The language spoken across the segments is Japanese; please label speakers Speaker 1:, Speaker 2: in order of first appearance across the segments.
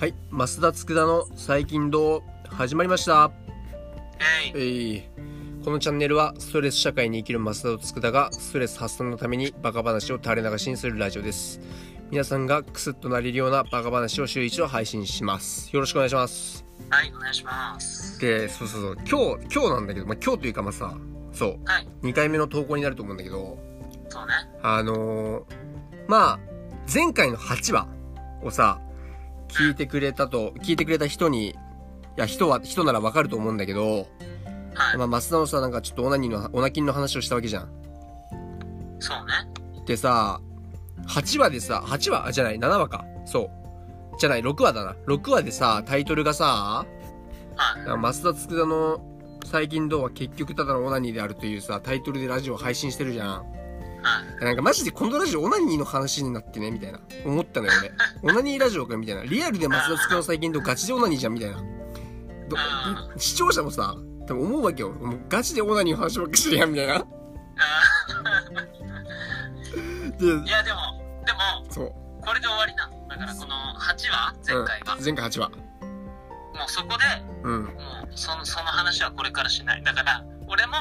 Speaker 1: はい、増田佃の最近どう始まりました。
Speaker 2: えい
Speaker 1: えいこのチャンネルはストレス社会に生きる増田と佃がストレス発散のためにバカ話を垂れ流しにするラジオです。皆さんがクスッとなれるようなバカ話を週一度配信します。よろしくお願いします。
Speaker 2: はい、お願いします。
Speaker 1: で、そうそうそう、今日、今日なんだけど、まあ、今日というかまあさ、そう、
Speaker 2: はい、
Speaker 1: 2回目の投稿になると思うんだけど、
Speaker 2: そうね。
Speaker 1: あのーまあ、前回の8話をさ、聞いてくれたと、聞いてくれた人に、いや、人は、人ならわかると思うんだけど、
Speaker 2: はい、
Speaker 1: まあ、増田のさ、なんかちょっとオナニーの、オナキンの話をしたわけじゃん。
Speaker 2: そうね。
Speaker 1: でさ、8話でさ、8話あじゃない、7話か。そう。じゃない、6話だな。6話でさ、タイトルがさ、
Speaker 2: はい、
Speaker 1: 増田佃の最近どうは結局ただのオナニーであるというさ、タイトルでラジオ配信してるじゃん。
Speaker 2: はい、
Speaker 1: なんかマジでこのラジオオナニーの話になってね、みたいな。思ったのよ、 俺。オナニーラジオか、みたいな。リアルで松田つくの最近とガチでオナニーじゃん、みたいな。ど視聴者もさ、多分思うわけよ。もうガチでオナニーの話ばっかしてるやん、みたいな。
Speaker 2: うん。い
Speaker 1: で、
Speaker 2: や、でも、でも、
Speaker 1: そう。
Speaker 2: これで終わりな。だから、この8話、前回は、
Speaker 1: うん、前回8話。
Speaker 2: もうそこで、
Speaker 1: うん。
Speaker 2: もうその、その話はこれからしない。だから、俺も、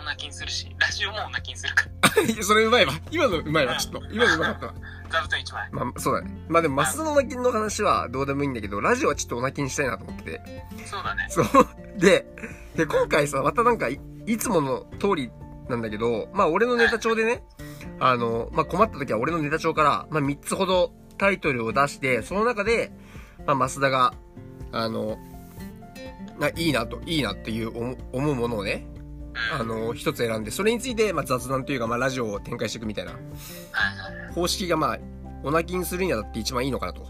Speaker 2: お泣きんするし、ラジオもお泣きんするから。
Speaker 1: いやそれうまいわ。今のうまいわ、ちょっと。今のうまかったわ。
Speaker 2: 座布団1枚。
Speaker 1: まあ、そうだね。まあでも、松田のオナキンの話はどうでもいいんだけど、ラジオはちょっとオナキンしたいなと思ってて。
Speaker 2: そうだね。
Speaker 1: そう。で、で、今回さ、またなんかい、いつもの通りなんだけど、まあ俺のネタ帳でね、あの、まあ困った時は俺のネタ帳から、まあ3つほどタイトルを出して、その中で、まあ増田が、あの、ないいなと、いいなっていう思思うものをね、
Speaker 2: うん。
Speaker 1: あ
Speaker 2: はい、
Speaker 1: の、一つ選んで、それについて、まあ雑談というか、まあラジオを展開していくみたいな
Speaker 2: はい。
Speaker 1: 方式が、まあ、おなきにするにはだって一番いいのかなと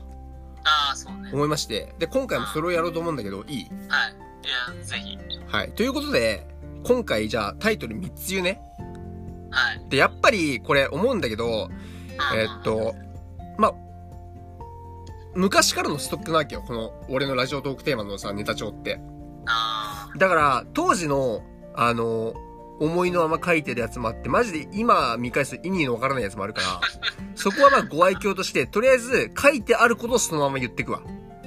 Speaker 2: ああ、そうね。
Speaker 1: 思いまして、で、今回もそれをやろうと思うんだけど、いい
Speaker 2: はい。いや、ぜひ。
Speaker 1: はい。ということで、今回じゃあタイトル3つ言うね。
Speaker 2: はい。
Speaker 1: で、やっぱりこれ思うんだけど、えーっと、まあ、昔からのストックなわけよ。この、俺のラジオトークテーマのさ、ネタ帳って。
Speaker 2: あ
Speaker 1: だから、当時の、あの、思いのまま書いてるやつもあって、マジで今見返すと意味のわからないやつもあるから、そこはまあご愛嬌として、とりあえず書いてあることをそのまま言ってくわ。
Speaker 2: ー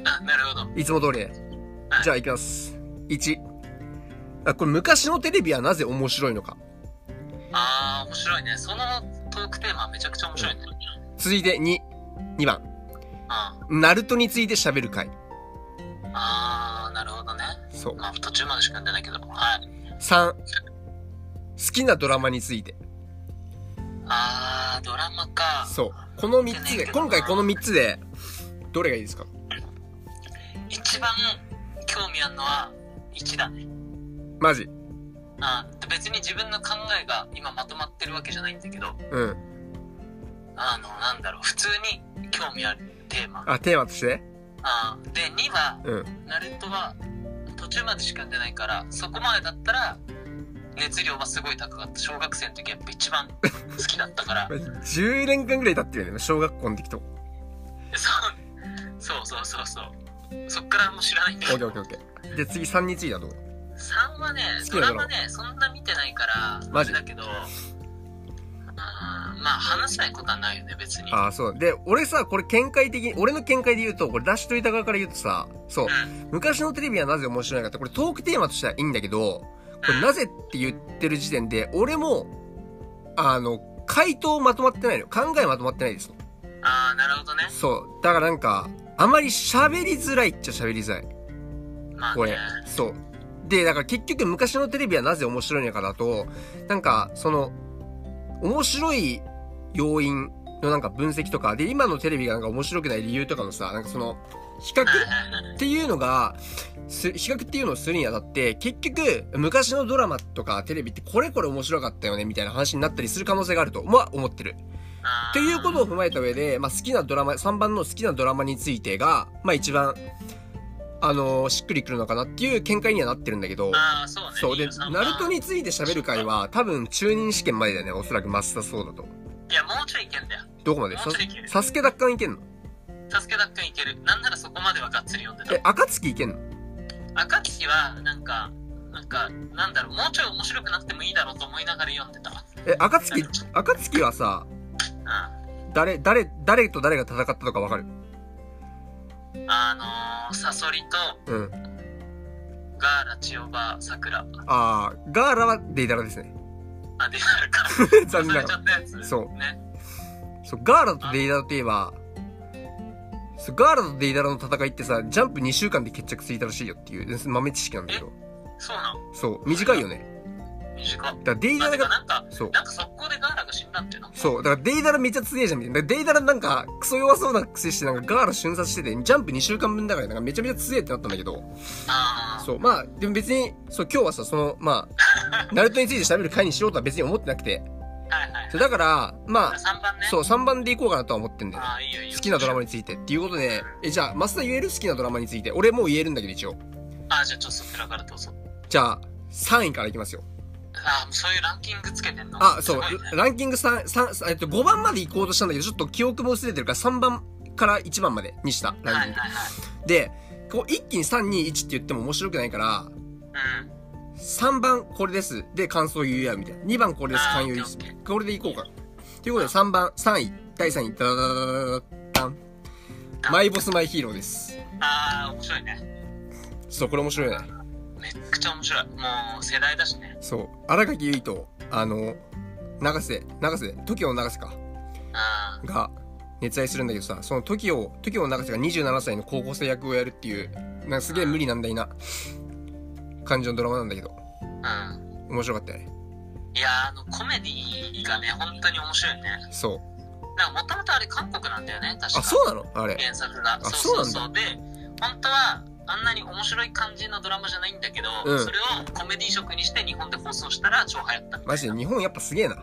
Speaker 2: あ、なるほど。
Speaker 1: いつも通りね。じゃあ行きます。1。あ、これ昔のテレビはなぜ面白いのか。
Speaker 2: ああ、面白いね。そのトークテーマめちゃくちゃ面白いね。
Speaker 1: 続いて2、2番。
Speaker 2: うん。あ
Speaker 1: ナルトについて喋る回。
Speaker 2: あー、なるほどね。
Speaker 1: そう。
Speaker 2: まあ、途中までしか読んでないけど。はい。
Speaker 1: 3、好きなドラマについて。
Speaker 2: ああ、ドラマか。
Speaker 1: そう。この3つで、今回この3つで、どれがいいですか
Speaker 2: 一番興味あるのは1だね。
Speaker 1: マジ。
Speaker 2: あー別に自分の考えが今まとまってるわけじゃないんだけど、
Speaker 1: うん。
Speaker 2: あの、なんだろう、普通に興味あるテーマ。
Speaker 1: あ、テーマとして
Speaker 2: あーで、2は、
Speaker 1: うん。
Speaker 2: ナルトは途中までしか読んでないから、そこまでだったら、熱量はすごい高かった。小学生の時やっぱ一番好きだっ たから。
Speaker 1: 10年間ぐらい経ってるよね。小学校の時と。
Speaker 2: そうそうそうそうそうそっからもう知らないんだ
Speaker 1: オッ
Speaker 2: け
Speaker 1: ケー
Speaker 2: ど
Speaker 1: オッケーオッケー。で、次3についてはどう
Speaker 2: 3はね
Speaker 1: 好き
Speaker 2: ド
Speaker 1: な
Speaker 2: ラ
Speaker 1: ドラマ
Speaker 2: マねそんな見てないから
Speaker 1: マジ
Speaker 2: あれだけどうんまあ話せないことはないよね別に
Speaker 1: ああ、そう。で、俺さ、これ見解的に、俺の見解で言うと、これ出しといた側から言うとさ、そう。
Speaker 2: うん
Speaker 1: 昔のテレビはなぜ面白いのかって、これトークテーマとしてはいいんだけど、これなぜって言ってる時点で、俺も、あの、回答まとまってないのよ。考えまとまってないです。
Speaker 2: ああなるほどね
Speaker 1: そう。だからなんか、あまり喋りづらいっちゃ喋りづらい。
Speaker 2: まあ
Speaker 1: こ
Speaker 2: ね
Speaker 1: れ。そう。で、だから結局昔のテレビはなぜ面白いのかだと、なんか、その、面白い要因のなんか分析とか、で、今のテレビがなんか面白くない理由とかのさ、なんかその、比較
Speaker 2: はいはいはい
Speaker 1: っていうのが、す比較っていうのをするにあたって、結局、昔のドラマとかテレビってこれこれ面白かったよね、みたいな話になったりする可能性があると、まあ思ってる。
Speaker 2: あー
Speaker 1: っていうことを踏まえた上で、まあ、好きなドラマ、3番の好きなドラマについてが、まあ、一番、あのーしっくりくるのかなっていう見解にはなってるんだけど、
Speaker 2: ああそうね
Speaker 1: そう。で、
Speaker 2: 23
Speaker 1: ナルトについて喋る回は、多分、中任試験までだよね。おそらく、マスターそうだと。
Speaker 2: いやもうちょいいけんだよ
Speaker 1: どこまで
Speaker 2: も
Speaker 1: さ
Speaker 2: うちょいいける
Speaker 1: サスケ奪還いけんの
Speaker 2: サスケダックンいけるなんならそこまではがっつり読んで
Speaker 1: え、暁いけんの
Speaker 2: た赤月はなんかなんかなんだろうもうちょい面白くなってもいいだろうと思いながら読んでた
Speaker 1: え、暁、暁はさ、
Speaker 2: うん
Speaker 1: 誰、誰、誰と誰が戦ったとかわかる
Speaker 2: あのー、サソリと
Speaker 1: うん。
Speaker 2: ガーラ千代葉桜
Speaker 1: あー、ガーラはデイダラですね。
Speaker 2: あでなるか
Speaker 1: 残念な
Speaker 2: 忘れ
Speaker 1: が
Speaker 2: ちゃ
Speaker 1: ら。
Speaker 2: ったやつ
Speaker 1: そう
Speaker 2: ね
Speaker 1: そう、ガーラとデイダラといえば、そうガーラとデイダラの戦いってさ、ジャンプ2週間で決着ついたらしいよっていう豆知識なんだけど。
Speaker 2: そうなん
Speaker 1: そう、短いよね。
Speaker 2: 短
Speaker 1: だ
Speaker 2: っ
Speaker 1: からデイ
Speaker 2: あ
Speaker 1: ダ
Speaker 2: て
Speaker 1: ラが、
Speaker 2: かなんか
Speaker 1: そう。
Speaker 2: なんか速攻でガーラが死んだってな
Speaker 1: そう。だからデイダラめっちゃ強いじゃん、みたいな。だからデイダラなんか、クソ弱そうなくせして、なんかガーラ瞬殺してて、ジャンプ2週間分だから、なんかめちゃめちゃ強いってなったんだけど。
Speaker 2: ああ
Speaker 1: そう。まあ、でも別に、そう、今日はさ、その、まあ、ナルトについて喋る回にしようとは別に思ってなくて。
Speaker 2: はいはい
Speaker 1: そうだから、まあ、
Speaker 2: 3番ね
Speaker 1: そう、3番でいこうかなとは思ってんだよね。
Speaker 2: ああいいよいいよ
Speaker 1: 好きなドラマ
Speaker 2: に
Speaker 1: についてっていうことで、え、じゃあ、マスター言える好きなドラマについて。俺もう言えるんだけど、一応。
Speaker 2: あじゃあちょっとそちらからどうぞ
Speaker 1: じゃあ、3位からいきますよ。
Speaker 2: あもうそういうランキングつけてんの
Speaker 1: あ、そう
Speaker 2: すごいね、
Speaker 1: ランキング3、3、えっと、5番まで行こうとしたんだけど、ちょっと記憶も薄れてるから、3番から1番までにした、
Speaker 2: はい
Speaker 1: ランキ
Speaker 2: は
Speaker 1: ン
Speaker 2: い
Speaker 1: グ
Speaker 2: は。
Speaker 1: で、こう、一気に3、2、1って言っても面白くないから、
Speaker 2: いうん
Speaker 1: 3番これです。で、感想言うや、みたいな。2番これです。
Speaker 2: あー
Speaker 1: 感想言う
Speaker 2: オッケーオッ。
Speaker 1: これでいこうか。ということで、3番、3位、第3位、ダダダダダダダン。マイボスマイヒーローです。
Speaker 2: ああ面白いね
Speaker 1: そう、これ面白いね。
Speaker 2: めっくちゃ面白いもう世代だしね
Speaker 1: そう、荒垣結衣と、あの、長瀬、長瀬、TOKIO の長瀬か、
Speaker 2: あ
Speaker 1: が、熱愛するんだけどさ、その TOKIO、TOKIO の長瀬が27歳の高校生役をやるっていう、なんかすげえ無理難題な、感じのドラマなんだけど、
Speaker 2: あうん
Speaker 1: 面白かったよね。
Speaker 2: いやーあのコメディがね本当に面白いね
Speaker 1: そう。
Speaker 2: なんかもともとあれ韓国なんだよね確か
Speaker 1: あ、そうなのあれ。
Speaker 2: 原作が
Speaker 1: あ
Speaker 2: そうそうそうで本当はあんなに面白い感じのドラマじゃないんだけど、
Speaker 1: うん
Speaker 2: それをコメディ色にして日本で放送したら超流行ったみたいな
Speaker 1: マジで日本やっぱすげえな。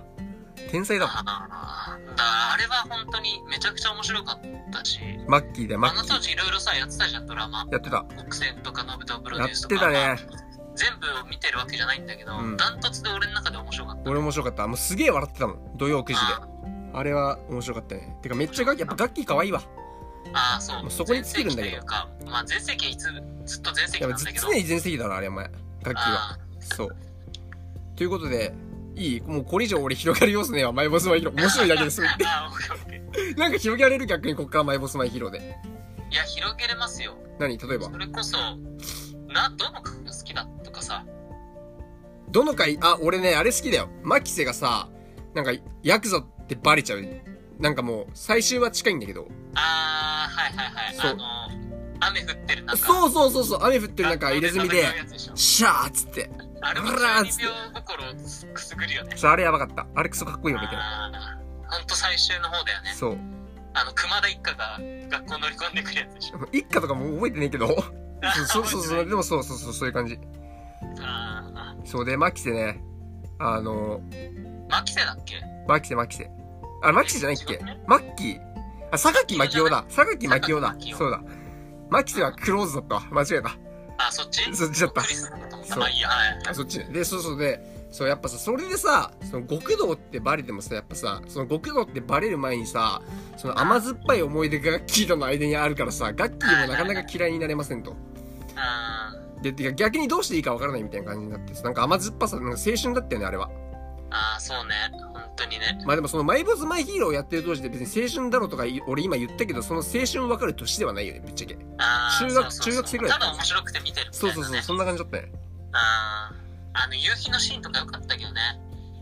Speaker 1: 天才だもん。
Speaker 2: あーだからあれは本当にめちゃくちゃ面白かったし
Speaker 1: マッキーだよ、マ
Speaker 2: あの
Speaker 1: ッキ
Speaker 2: 当
Speaker 1: ー。
Speaker 2: 時いろいろさやってたじゃんドラマ
Speaker 1: やってた。
Speaker 2: 国選とかノブとプロデ
Speaker 1: や
Speaker 2: ュ
Speaker 1: っ
Speaker 2: ースと
Speaker 1: て
Speaker 2: か
Speaker 1: たね。
Speaker 2: 全部を見てるわけじゃないんだけど、
Speaker 1: うん
Speaker 2: ダントツで俺の中で面白かった
Speaker 1: 俺面白かった。もうすげえ笑ってたもん。土曜9時で。あれは面白かったね。てかめっちゃガッキー、やっぱガッキー可愛いわ。
Speaker 2: ああそう
Speaker 1: もうそこに尽きるんだけど
Speaker 2: 全盛期というかまあ全盛期はいつずっと全盛期
Speaker 1: やっ
Speaker 2: な
Speaker 1: ぱ
Speaker 2: んだけど
Speaker 1: 常に全盛期だろ、あれお前。ガッキーは。
Speaker 2: あ
Speaker 1: そう。ということで、いいもうこれ以上俺広がる要素ねえわ。マイボスマイヒーロー。面白いだけです。
Speaker 2: ー あーオッケーオッケー
Speaker 1: なんか広げられる逆にこっからマイボスマイヒーローで。
Speaker 2: いや広げれますよ
Speaker 1: 何例えば
Speaker 2: そ。れこそなどの曲が好きだとかさ
Speaker 1: どの回、あ、俺ね、あれ好きだよ。マキセがさ、なんか、ヤクザってバレちゃう。なんかもう、最終は近いんだけど。
Speaker 2: あーはいはいはい
Speaker 1: そう
Speaker 2: あの雨降ってる中
Speaker 1: そうそうそうそう、雨降ってる中、入れ墨で
Speaker 2: あの、戦うやつしょ
Speaker 1: シャーっつって。
Speaker 2: あれも
Speaker 1: うらーっつっ
Speaker 2: 12
Speaker 1: て
Speaker 2: 秒心をくすぐるよね
Speaker 1: そう、あれやばかった。あれクソかっこいいよ、みたいな。
Speaker 2: あーほんと最終の方だよね
Speaker 1: そう。
Speaker 2: あの熊田一家が学校乗り込んでくるやつでしょ
Speaker 1: 一家とかも覚えてねえけど。そうそうそう、
Speaker 2: 覚
Speaker 1: でもそうそうそう、そういう感じ。
Speaker 2: えてないあ
Speaker 1: そうで、マキセね。あの、
Speaker 2: ーマキセだっけ
Speaker 1: マキセ、マキセ。あ、マキセじゃないっけマッキー。あ、榊マキオだ。榊マキオだ
Speaker 2: 榊。マキオ
Speaker 1: そうだ。マキセはクローズだったわ。間違えた。
Speaker 2: あそっち
Speaker 1: そっちだった
Speaker 2: クリスだと思った
Speaker 1: そう
Speaker 2: まあいいやはい
Speaker 1: あそっちねでそうそうでそうやっぱさそれでさその極道ってバレてもさやっぱさその極道ってバレる前にさその甘酸っぱい思い出がガッキーとの間にあるからさガッキーもなかなか嫌いになれませんと
Speaker 2: あ
Speaker 1: でてか逆にどうしていいかわからないみたいな感じになってなんか甘酸っぱさなんか青春だったよねあれは
Speaker 2: ーあーそうね本当にね
Speaker 1: まあでもそのマイボスマイヒーローをやってる当時で別に青春だろとかい俺今言ったけどその青春わかる年ではないよねぶっちゃけ
Speaker 2: あー
Speaker 1: 中学
Speaker 2: そうそうそう
Speaker 1: 中学生ぐらいだった
Speaker 2: ただ面白くて見てるみたい
Speaker 1: そ
Speaker 2: な、
Speaker 1: うそ
Speaker 2: ね、
Speaker 1: うそうそんな感じだったね
Speaker 2: あーあの夕日のシーンとか良かったけどね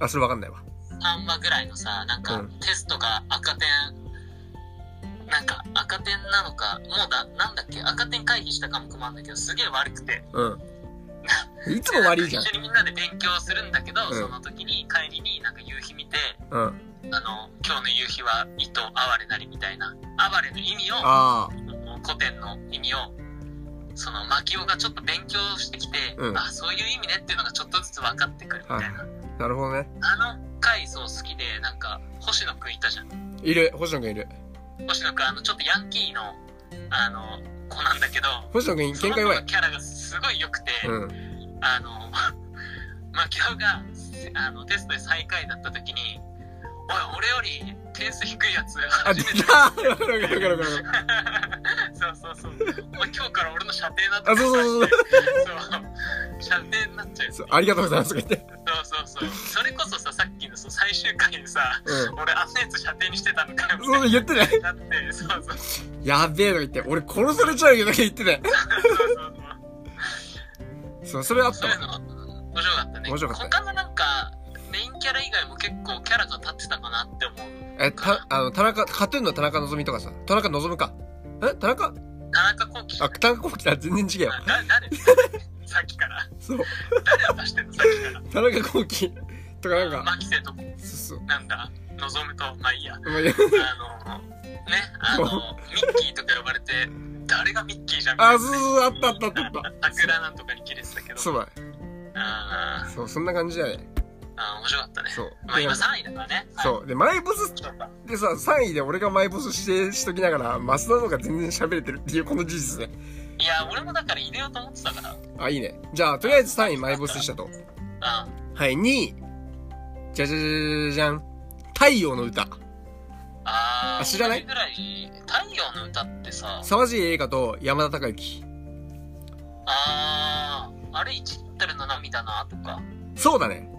Speaker 1: あそれわかんないわ
Speaker 2: 3話ぐらいのさなん
Speaker 1: う
Speaker 2: か
Speaker 1: ん
Speaker 2: テストが赤点なんか赤点なのかもうだなんだっけ赤点回避した科目もあるんだけどすげえ悪くて
Speaker 1: うんいつも悪いじゃん
Speaker 2: 一緒にみんなで勉強するんだけど、
Speaker 1: うん
Speaker 2: その時に帰りになんか夕日見て
Speaker 1: うん
Speaker 2: あの今日の夕日は意と哀れなりみたいな哀れの意味を
Speaker 1: ああ
Speaker 2: 古典の意味をそのマキオがちょっと勉強してきて、
Speaker 1: うん
Speaker 2: あそういう意味ねっていうのがちょっとずつ分かってくるみたいな、
Speaker 1: なるほどね
Speaker 2: あの回そう好きでなんか星野くんいたじゃん
Speaker 1: いる星野くんいる
Speaker 2: 星野くんあのちょっとヤンキーのあの子なんだけど
Speaker 1: 星野くん
Speaker 2: そ
Speaker 1: 限
Speaker 2: の
Speaker 1: 界弱
Speaker 2: 子の
Speaker 1: い
Speaker 2: キャラがすごい良くて、
Speaker 1: うん
Speaker 2: あの マキオがあのテストで最下位だった時に「おい俺より点数低いやつ
Speaker 1: あ、
Speaker 2: 初
Speaker 1: 出
Speaker 2: め
Speaker 1: た
Speaker 2: て
Speaker 1: ーわかるわかるわかるわかる。
Speaker 2: そうそうそうお前今日から俺の射程なって
Speaker 1: あ、そうそうそう
Speaker 2: そう射程になっちゃう
Speaker 1: そう。ありがとうございますとか言って。
Speaker 2: そうそうそうそれこそささっきのそう最最終回でさ、
Speaker 1: う
Speaker 2: 俺あんなやつ射程にしてたのかよみたい
Speaker 1: ん。そう、言ってない
Speaker 2: な。だって、そうそうそうそ
Speaker 1: やべえとか言って、俺殺されちゃうよとか言ってない。
Speaker 2: う そう。
Speaker 1: そう、それあっ
Speaker 2: そ
Speaker 1: た
Speaker 2: ういう
Speaker 1: わ。
Speaker 2: のうん面白かったね
Speaker 1: 面白かっ
Speaker 2: 他のなんかメインキャラ以外も結構キャラが立ってたかなって思う
Speaker 1: え、た、あの、田中、カトゥーンの田中希実とかさ、田中希実か。え田中
Speaker 2: 田中幸喜
Speaker 1: あ、田中幸喜だ。全然違うよ。
Speaker 2: あだ誰 さっきから
Speaker 1: そう。
Speaker 2: 誰を 指してんのさっきから
Speaker 1: 田中幸喜とかなんか、
Speaker 2: 牧瀬
Speaker 1: そ
Speaker 2: と
Speaker 1: うそう。
Speaker 2: なんだ望むとまあいいやあ
Speaker 1: まあいや
Speaker 2: のねあのミッキーとか呼ばれて誰がミッキーじゃんみたい
Speaker 1: あ、
Speaker 2: な
Speaker 1: そうそうそう、あったあったあったあった。
Speaker 2: 桜なんとかに切れてたけど
Speaker 1: そうだ。
Speaker 2: あ
Speaker 1: そう、そんな感じだね。
Speaker 2: あ面白かったね
Speaker 1: そう。
Speaker 2: まあ
Speaker 1: で
Speaker 2: 今3位だからねう
Speaker 1: そう。で、マイボス
Speaker 2: そうか
Speaker 1: でさ、3位で俺がマイボス指定しときながら、マスダの方が全然喋れてるっていうこの事実ね。
Speaker 2: いや俺もだから入れようと思ってたからうん
Speaker 1: あ、いいね。じゃあ、とりあえず3位マイボスしたと。
Speaker 2: あ
Speaker 1: はい、2位。じゃじゃじゃじゃじゃん。太陽の歌。
Speaker 2: あ
Speaker 1: あ知らない
Speaker 2: 同じぐらい太陽の歌ってさ
Speaker 1: 沢尻エリカと山田孝之。
Speaker 2: あーあれ1リットルの涙なとか
Speaker 1: そうだね。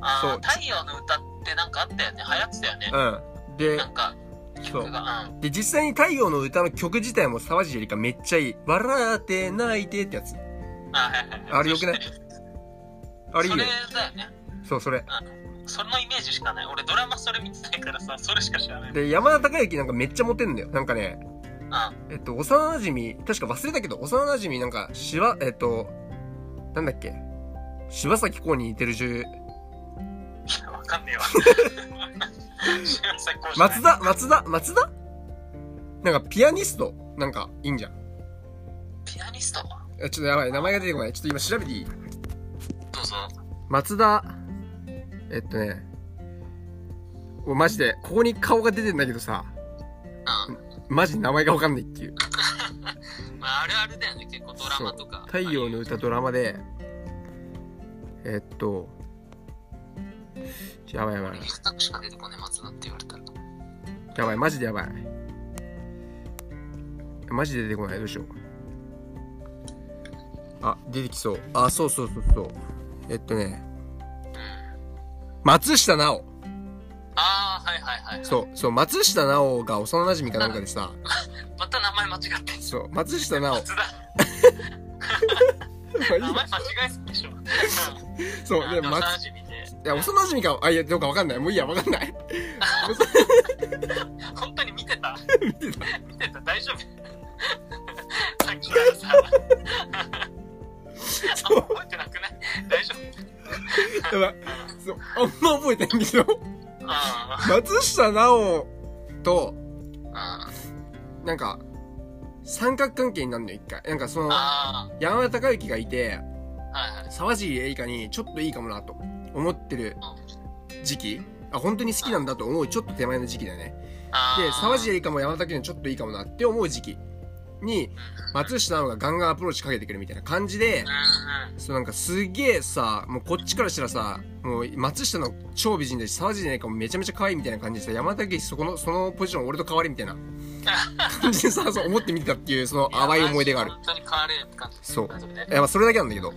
Speaker 2: あ
Speaker 1: そう
Speaker 2: ー太陽の歌ってなんかあったよね流行ってたよね
Speaker 1: うん。で
Speaker 2: な、んか曲がうん
Speaker 1: で、実際に太陽の歌の曲自体も沢尻エリカめっちゃいい。笑って泣いてってやつ。
Speaker 2: あはいはいはい
Speaker 1: あれよく ないあれいい
Speaker 2: そ
Speaker 1: よ
Speaker 2: れ。だよね
Speaker 1: そう、それ。
Speaker 2: そのイメージしかない俺ドラマそれ見てないからさそれしか知らない
Speaker 1: で、山田孝之なんかめっちゃモテんだよ。なんかね、
Speaker 2: あ
Speaker 1: えっと、幼馴染、確か忘れたけど、幼馴染なんか、しわ、えっと、なんだっけ、柴咲コウに似てる女優、
Speaker 2: いやわかん ねえわ知らん最高じゃない
Speaker 1: 松田、松田、松田なんか、ピアニスト、なんか、いいんじゃん。
Speaker 2: ピアニスト
Speaker 1: えちょっとやばい、名前が出てこない。ちょっと今調べていい
Speaker 2: どうぞ
Speaker 1: 松田、えっとね、もうマジで、ここに顔が出てんだけどさ、
Speaker 2: うん
Speaker 1: マジ名前がわかんないっていう。
Speaker 2: まああるあるだよね結構ドラマとか
Speaker 1: 太陽の歌ドラマで、えっと、やばいやばい。
Speaker 2: 一択しか出てこねえ松田って言われたら
Speaker 1: やばい、マジでやばい。マジで出てこない、どうしよう。あ、出てきそう。あ、そうそうそうそう。えっとね。松下奈緒。
Speaker 2: ああはいはいはい
Speaker 1: そう、そう、松下奈緒が幼馴染かなんかでさ、
Speaker 2: また名前間違ってんす
Speaker 1: そう、松下 奈
Speaker 2: 松田
Speaker 1: 緒。
Speaker 2: 名前間違えすぎでしょ
Speaker 1: そう、で、
Speaker 2: でも
Speaker 1: 松
Speaker 2: 幼、馴染で
Speaker 1: いや、幼馴染か、あ、いや、どうかわかんない。もういいや、わかんない。
Speaker 2: 本当に見てた見てた見てた大 丈夫さっきからさあんま覚えてなくない大丈夫
Speaker 1: やばい。そう、あんま覚えてないんだけ ど、
Speaker 2: あ
Speaker 1: 松下奈緒と、
Speaker 2: あ
Speaker 1: なんか、三角関係になるのよ、一回。なんかその、
Speaker 2: あ
Speaker 1: 山田孝之がいて、
Speaker 2: あはいはい
Speaker 1: 沢尻エリカにちょっといいかもなと思ってる時期。あ、本当に好きなんだと思うちょっと手前の時期だね。
Speaker 2: あー
Speaker 1: で、沢尻エリカも山田孝之にちょっといいかもなって思う時期に、松下奈緒がガンガンアプローチかけてくるみたいな感じで
Speaker 2: うん、うん
Speaker 1: そうなんかすげえさ、もうこっちからしたらさ、もう松下の超美人だし、沢尻エリカもめちゃめちゃ可愛いみたいな感じでさ、山田孝之そこの、そのポジション俺と変わりみたいな感じでさ、そう思って見てたっていう、その淡い思い出がある
Speaker 2: や。本当に変われって感じ
Speaker 1: そう
Speaker 2: 大丈夫ね
Speaker 1: いや、まあそれだけなんだけど。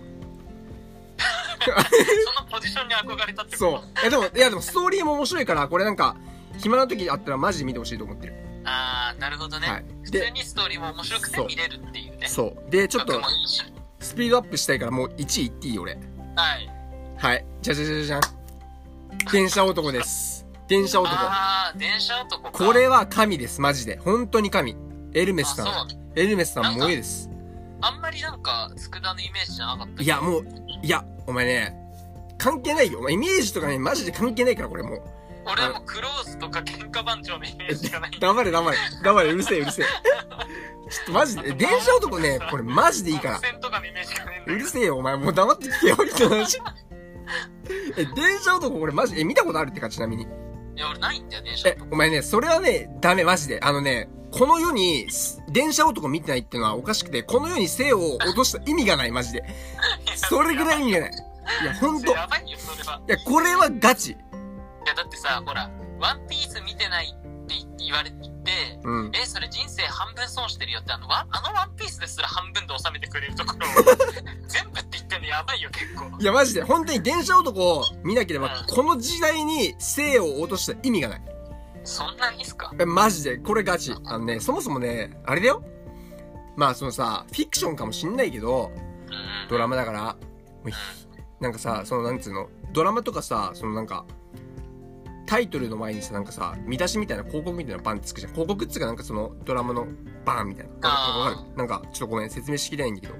Speaker 2: そのポジションに憧れたってこと
Speaker 1: そう。いや、でも、いや、でも、ストーリーも面白いから、これなんか、暇な時あったらマジで見てほしいと思ってる。
Speaker 2: ああなるほどね、
Speaker 1: はい
Speaker 2: 普
Speaker 1: で
Speaker 2: 通にストーリーも面白くて
Speaker 1: そう
Speaker 2: 見れるっていうね
Speaker 1: そう。で、ちょっと
Speaker 2: 曲も、いいし
Speaker 1: スピードアップしたいから、もう1位いっていい俺。
Speaker 2: はい
Speaker 1: はい。じゃじゃじゃじゃん。電車男です。電車男。
Speaker 2: ああ電車男か
Speaker 1: これは神です、マジで。本当に神。エルメスさ
Speaker 2: あ
Speaker 1: ん。エルメスさん萌えです。
Speaker 2: あんまりなんか佃のイメージじゃなかったけど
Speaker 1: いや、もう、いや、お前ね、関係ないよ。お前イメージとかね、マジで関係ないから、これもう。
Speaker 2: 俺はもうクローズとか喧嘩番長のイメージしかない
Speaker 1: 黙れ黙れ。黙れ、うるせえうるせえ。ちょっとマジで、電車男ね、これマジでいいから
Speaker 2: アク。センとかのイメージしかねえん
Speaker 1: う
Speaker 2: だけ
Speaker 1: る
Speaker 2: ど
Speaker 1: せえよ、お前。もう黙って聞けよ、みたいな話。え、電車男、俺マジ、え、見たことあるってか、ちなみに。
Speaker 2: いや俺ないんだよ電車
Speaker 1: え、お前ね、それはね、ダメ、マジで。あのね、この世に、す電車男見てないってのはおかしくて、この世に生を落とした意味がない、マジで。それぐらい意味がない。いや、ほんと。い
Speaker 2: やばいよそれは
Speaker 1: や、これはガチ。
Speaker 2: いやだってさほら「ワンピース見てないって言われて
Speaker 1: うん。
Speaker 2: えそれ人生半分 損してるよってあのワンあのワンピースですら半分で収めてくれるところを全部って言ってんのやばいないよ、結構。
Speaker 1: いや、マジで、本当に電車男を見なければ、この時代に生を落とした意味がない。
Speaker 2: そんなにっすか
Speaker 1: えマジで、これガチ。あのね、そもそもね、あれだよ。まあ、そのさ、フィクションかもしんないけど、
Speaker 2: うん。
Speaker 1: ドラマだから、もうひなんかさ、その、なんつうの、ドラマとかさ、そのなんか、タイトルの前にさ、なんかさ、見出しみたいな広告みたいなのバンってつくじゃん。広告っつうかなんかその、ドラマのバーンみたいな。わ
Speaker 2: あ
Speaker 1: か
Speaker 2: ー
Speaker 1: るなんか、ちょっとごめん、説明しきれないんだけど、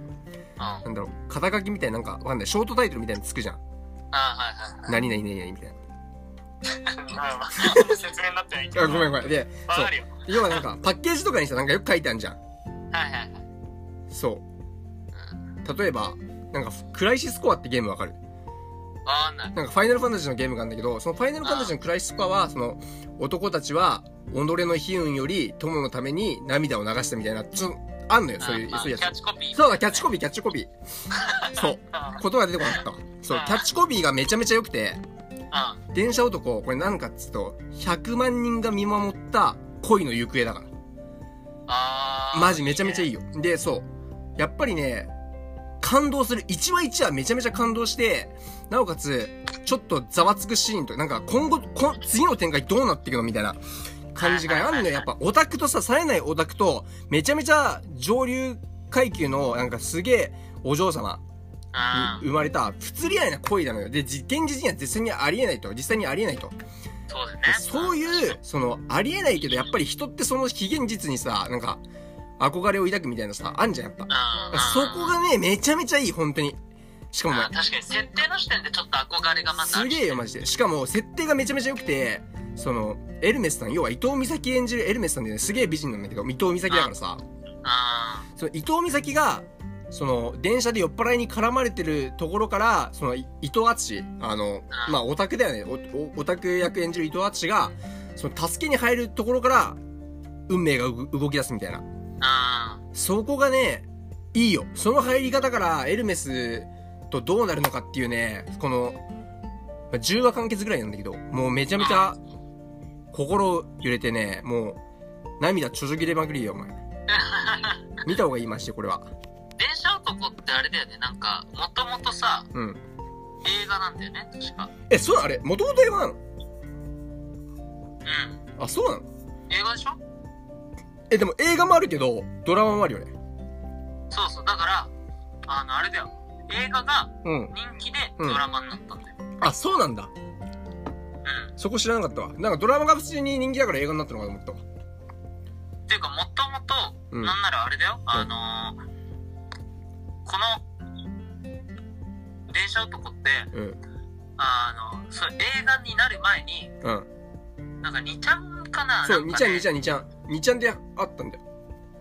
Speaker 2: あ
Speaker 1: なんだろう、肩書きみたいななんか、わかんない、ショートタイトルみたいなのつくじゃん。
Speaker 2: あー、はいはい
Speaker 1: 何々何々みたいな。
Speaker 2: は い。まあまあ、説明になってないけ
Speaker 1: あ
Speaker 2: ど。
Speaker 1: ごめん
Speaker 2: わ
Speaker 1: ごめん。で、そう
Speaker 2: か。るよ。
Speaker 1: 要はなん か、パッケージとかにさ、なんかよく書いてあるじゃん。
Speaker 2: はいはいはい。
Speaker 1: そう。例えば、なんか、クライシスコアってゲームわかる
Speaker 2: わかんない。
Speaker 1: なんか、ファイナルファンタジーのゲームがあるんだけど、そのファイナルファンタジーのクライシスコアは、その、男たちは、己の悲運より友のために涙を流したみたいな、ちょあんのよ、そういう、
Speaker 2: あーまあ
Speaker 1: そういう
Speaker 2: キャ
Speaker 1: や
Speaker 2: ッチコピー。
Speaker 1: つ。そうだ、キャッチコピー、キャッチコピー。 そう。
Speaker 2: あ
Speaker 1: 言葉が出てこなかったわ。そう、キャッチコピーがめちゃめちゃ良くて、
Speaker 2: あ、
Speaker 1: 電車男、これなんかっつうと、100万人が見守った恋の行方だから。
Speaker 2: ああ。
Speaker 1: マジめちゃめちゃい
Speaker 2: い
Speaker 1: い
Speaker 2: ね。
Speaker 1: よ。で、そう。やっぱりね、感動する。一話一話めちゃめちゃ感動して、なおかつ、ちょっとざわつくシーンと、なんか今後、こ次の展開どうなっていくのみたいな感じがあんのよ。やっぱオタクとさ、冴えないオタクと、めちゃめちゃ上流階級の、なんかすげえお嬢様
Speaker 2: あ
Speaker 1: に生まれた、不釣り合いな恋なのよ。で、じ現実には絶対にありえないと。実際にありえないと。
Speaker 2: あ、そうだね
Speaker 1: で。そういう、その、ありえないけど、やっぱり人ってその非現実にさ、なんか、憧れを抱くみたいなさ、あんじゃん、やっぱ。
Speaker 2: ああ。
Speaker 1: そこがね、めちゃめちゃいい、本当に。しかもね
Speaker 2: あ、ー確かに設定の時点でちょっと憧れがまたあ
Speaker 1: す
Speaker 2: る
Speaker 1: げえよ、マジで。しかも、設定がめちゃめちゃ良くて、その、エルメスさん、要は伊藤美咲演じるエルメスさんでね、すげえ美人なんだけど、伊藤美咲だからさ、
Speaker 2: あ
Speaker 1: その伊藤美咲が、その、電車で酔っ払いに絡まれてるところから、その、い伊藤淳、あの、まあ、オタクだよね、おおオタク役演じる伊藤淳が、その、助けに入るところから、運命がう動き出すみたいな。
Speaker 2: ああ
Speaker 1: そこがね、いいよ。その入り方から、エルメスとどうなるのかっていうね、この、まあ10話完結ぐらいなんだけど、もうめちゃめちゃ、心揺れてね、もう、涙ちょちょぎれまくりよ、お前。見た方がいいまして、これは。
Speaker 2: ー電車男ってあれだよねなんかもともとさ
Speaker 1: うん。
Speaker 2: 映画なんだよね確か
Speaker 1: え、そうなのあれ、元々映画なの
Speaker 2: うん
Speaker 1: あ、そうなの
Speaker 2: 映画でしょ
Speaker 1: え、でも映画もあるけど、ドラマもあるよね。
Speaker 2: そうそうだからあのあれだよ映画が
Speaker 1: うん。
Speaker 2: 人気でドラマになったんだよ、うん
Speaker 1: あ、そうなんだ。そこ知らなかったわ。なんかドラマが普通に人気だから映画になったのかと思ったわ。
Speaker 2: っていうかもともと
Speaker 1: うん
Speaker 2: なんならあれだよ、あのーこの電車男って
Speaker 1: うん。
Speaker 2: あのそう映画になる前に
Speaker 1: うん。
Speaker 2: なんか2ちゃんかな
Speaker 1: そう、
Speaker 2: なん
Speaker 1: 2
Speaker 2: か
Speaker 1: ちゃん、
Speaker 2: ね
Speaker 1: 2ちゃん、2ちゃん。2ちゃんであったんだよ。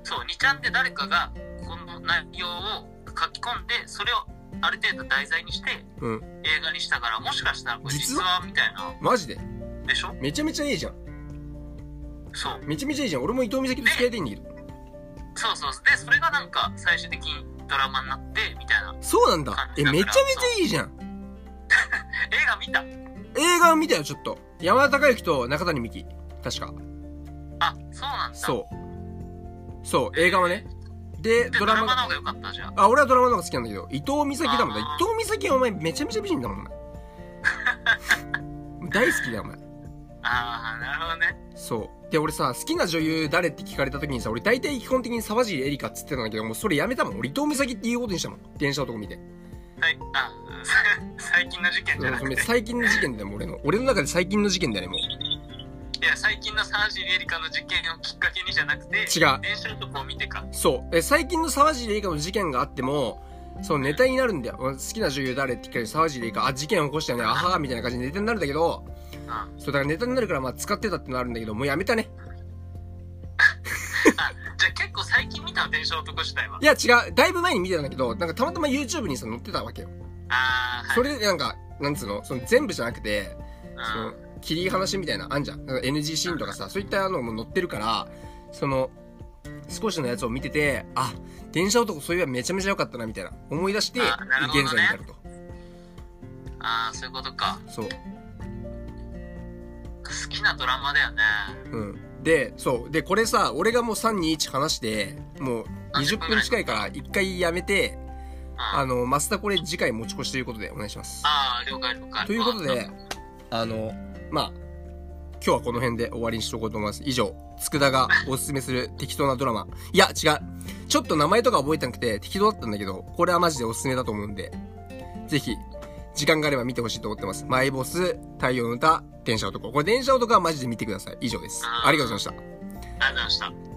Speaker 2: そう、2ちゃんで誰かがこの内容を書き込んで、それをある程度題材にして
Speaker 1: うん。
Speaker 2: 映画にしたから、もしかしたらこれ
Speaker 1: 実
Speaker 2: 実
Speaker 1: は
Speaker 2: 話みたいな、
Speaker 1: マジで
Speaker 2: でしょ
Speaker 1: めちゃめちゃいいじゃん。
Speaker 2: そう。
Speaker 1: めちゃめちゃいいじゃん。俺も伊藤美咲と付き合いたいんだけど。
Speaker 2: そうそう。で、それがなんか最終的にドラマになって、みたいな。
Speaker 1: そうなんだ。え、めちゃめちゃいいじゃん。
Speaker 2: 映画見た
Speaker 1: 映画を見たよ、ちょっと。山田孝之と中谷美紀。確か。
Speaker 2: あ、そうなんだ。
Speaker 1: そう。そう、映画はね。で、
Speaker 2: で、
Speaker 1: ド
Speaker 2: ド
Speaker 1: ラ
Speaker 2: ラ
Speaker 1: マ
Speaker 2: マ
Speaker 1: が。
Speaker 2: の方が良かったじゃん。
Speaker 1: あ、俺はドラマの方が好きなんだけど、伊藤美咲だもんな。伊
Speaker 2: あー
Speaker 1: 藤美咲はお前めちゃめちゃ美人だ もんな。大好きだよ、お前。
Speaker 2: あー、なるほどね。
Speaker 1: そう。で、俺さ、好きな女優誰って聞かれた時にさ、俺大体基本的に沢尻エリカっつってたんだけど、もうそれやめたもん。俺伊藤美咲って言うことにしたもん。電車のとこ見て。
Speaker 2: はい、あ、 最近の事件じゃ なくて。
Speaker 1: 最近の事件だよ、もう俺の。俺の中で最近の事件だよね、もう。
Speaker 2: いや、最近のサージエリカの事件をきっかけにじゃなくて、
Speaker 1: 違う
Speaker 2: 電車のとこを見てか。
Speaker 1: そう。え、最近の沢尻エリカの事件があっても、そう、ネタになるんだよ。好きな女優誰って聞かれる沢尻エリカ、あ、事件起こしたよね、あはは、みたいな感じでネタになるんだけど、
Speaker 2: うん。あ、
Speaker 1: そう、だからネタになるから、まあ、使ってたってのあるんだけど、もうやめたね。。
Speaker 2: じゃあ結構最近見たの、電車男自体はい
Speaker 1: や、違う。だいぶ前に見てたんだけど、なんかたまたま YouTube にさ、載ってたわけよ。
Speaker 2: あー、はい
Speaker 1: それで、なんか、なんつうの、その全部じゃなくて、その、切り離しみたいな、あんじゃん。なんか NG シーンとかさ、そういったのも載ってるから、その、少しのやつを見てて、あ、電車男そういえばめちゃめちゃ良かったな、みたいな。思い出して、
Speaker 2: あなるほどね
Speaker 1: 現在になると。
Speaker 2: ああそういうことか
Speaker 1: そう。
Speaker 2: 好きなドラマだよね
Speaker 1: うん。で、そう。で、これさ、俺がもう3、2、1話して、もう
Speaker 2: あ
Speaker 1: 20分近いから、一回やめて、あの、マスタこれ次回持ち越しということでお願いします。
Speaker 2: ああ、了解了解。
Speaker 1: ということ
Speaker 2: うん
Speaker 1: で、あの、まあ、今日はこの辺で終わりにしとこうと思います。以上、佃がおすすめする適当なドラマ。いや、違う。ちょっと名前とか覚えてなくて適当だったんだけど、これはマジでおすすめだと思うんで、ぜひ、時間があれば見てほしいと思ってます。マイボス、太陽の歌、電車男。これ電車男はマジで見てください。以上です。ありがとうございました。
Speaker 2: ありがとうございました。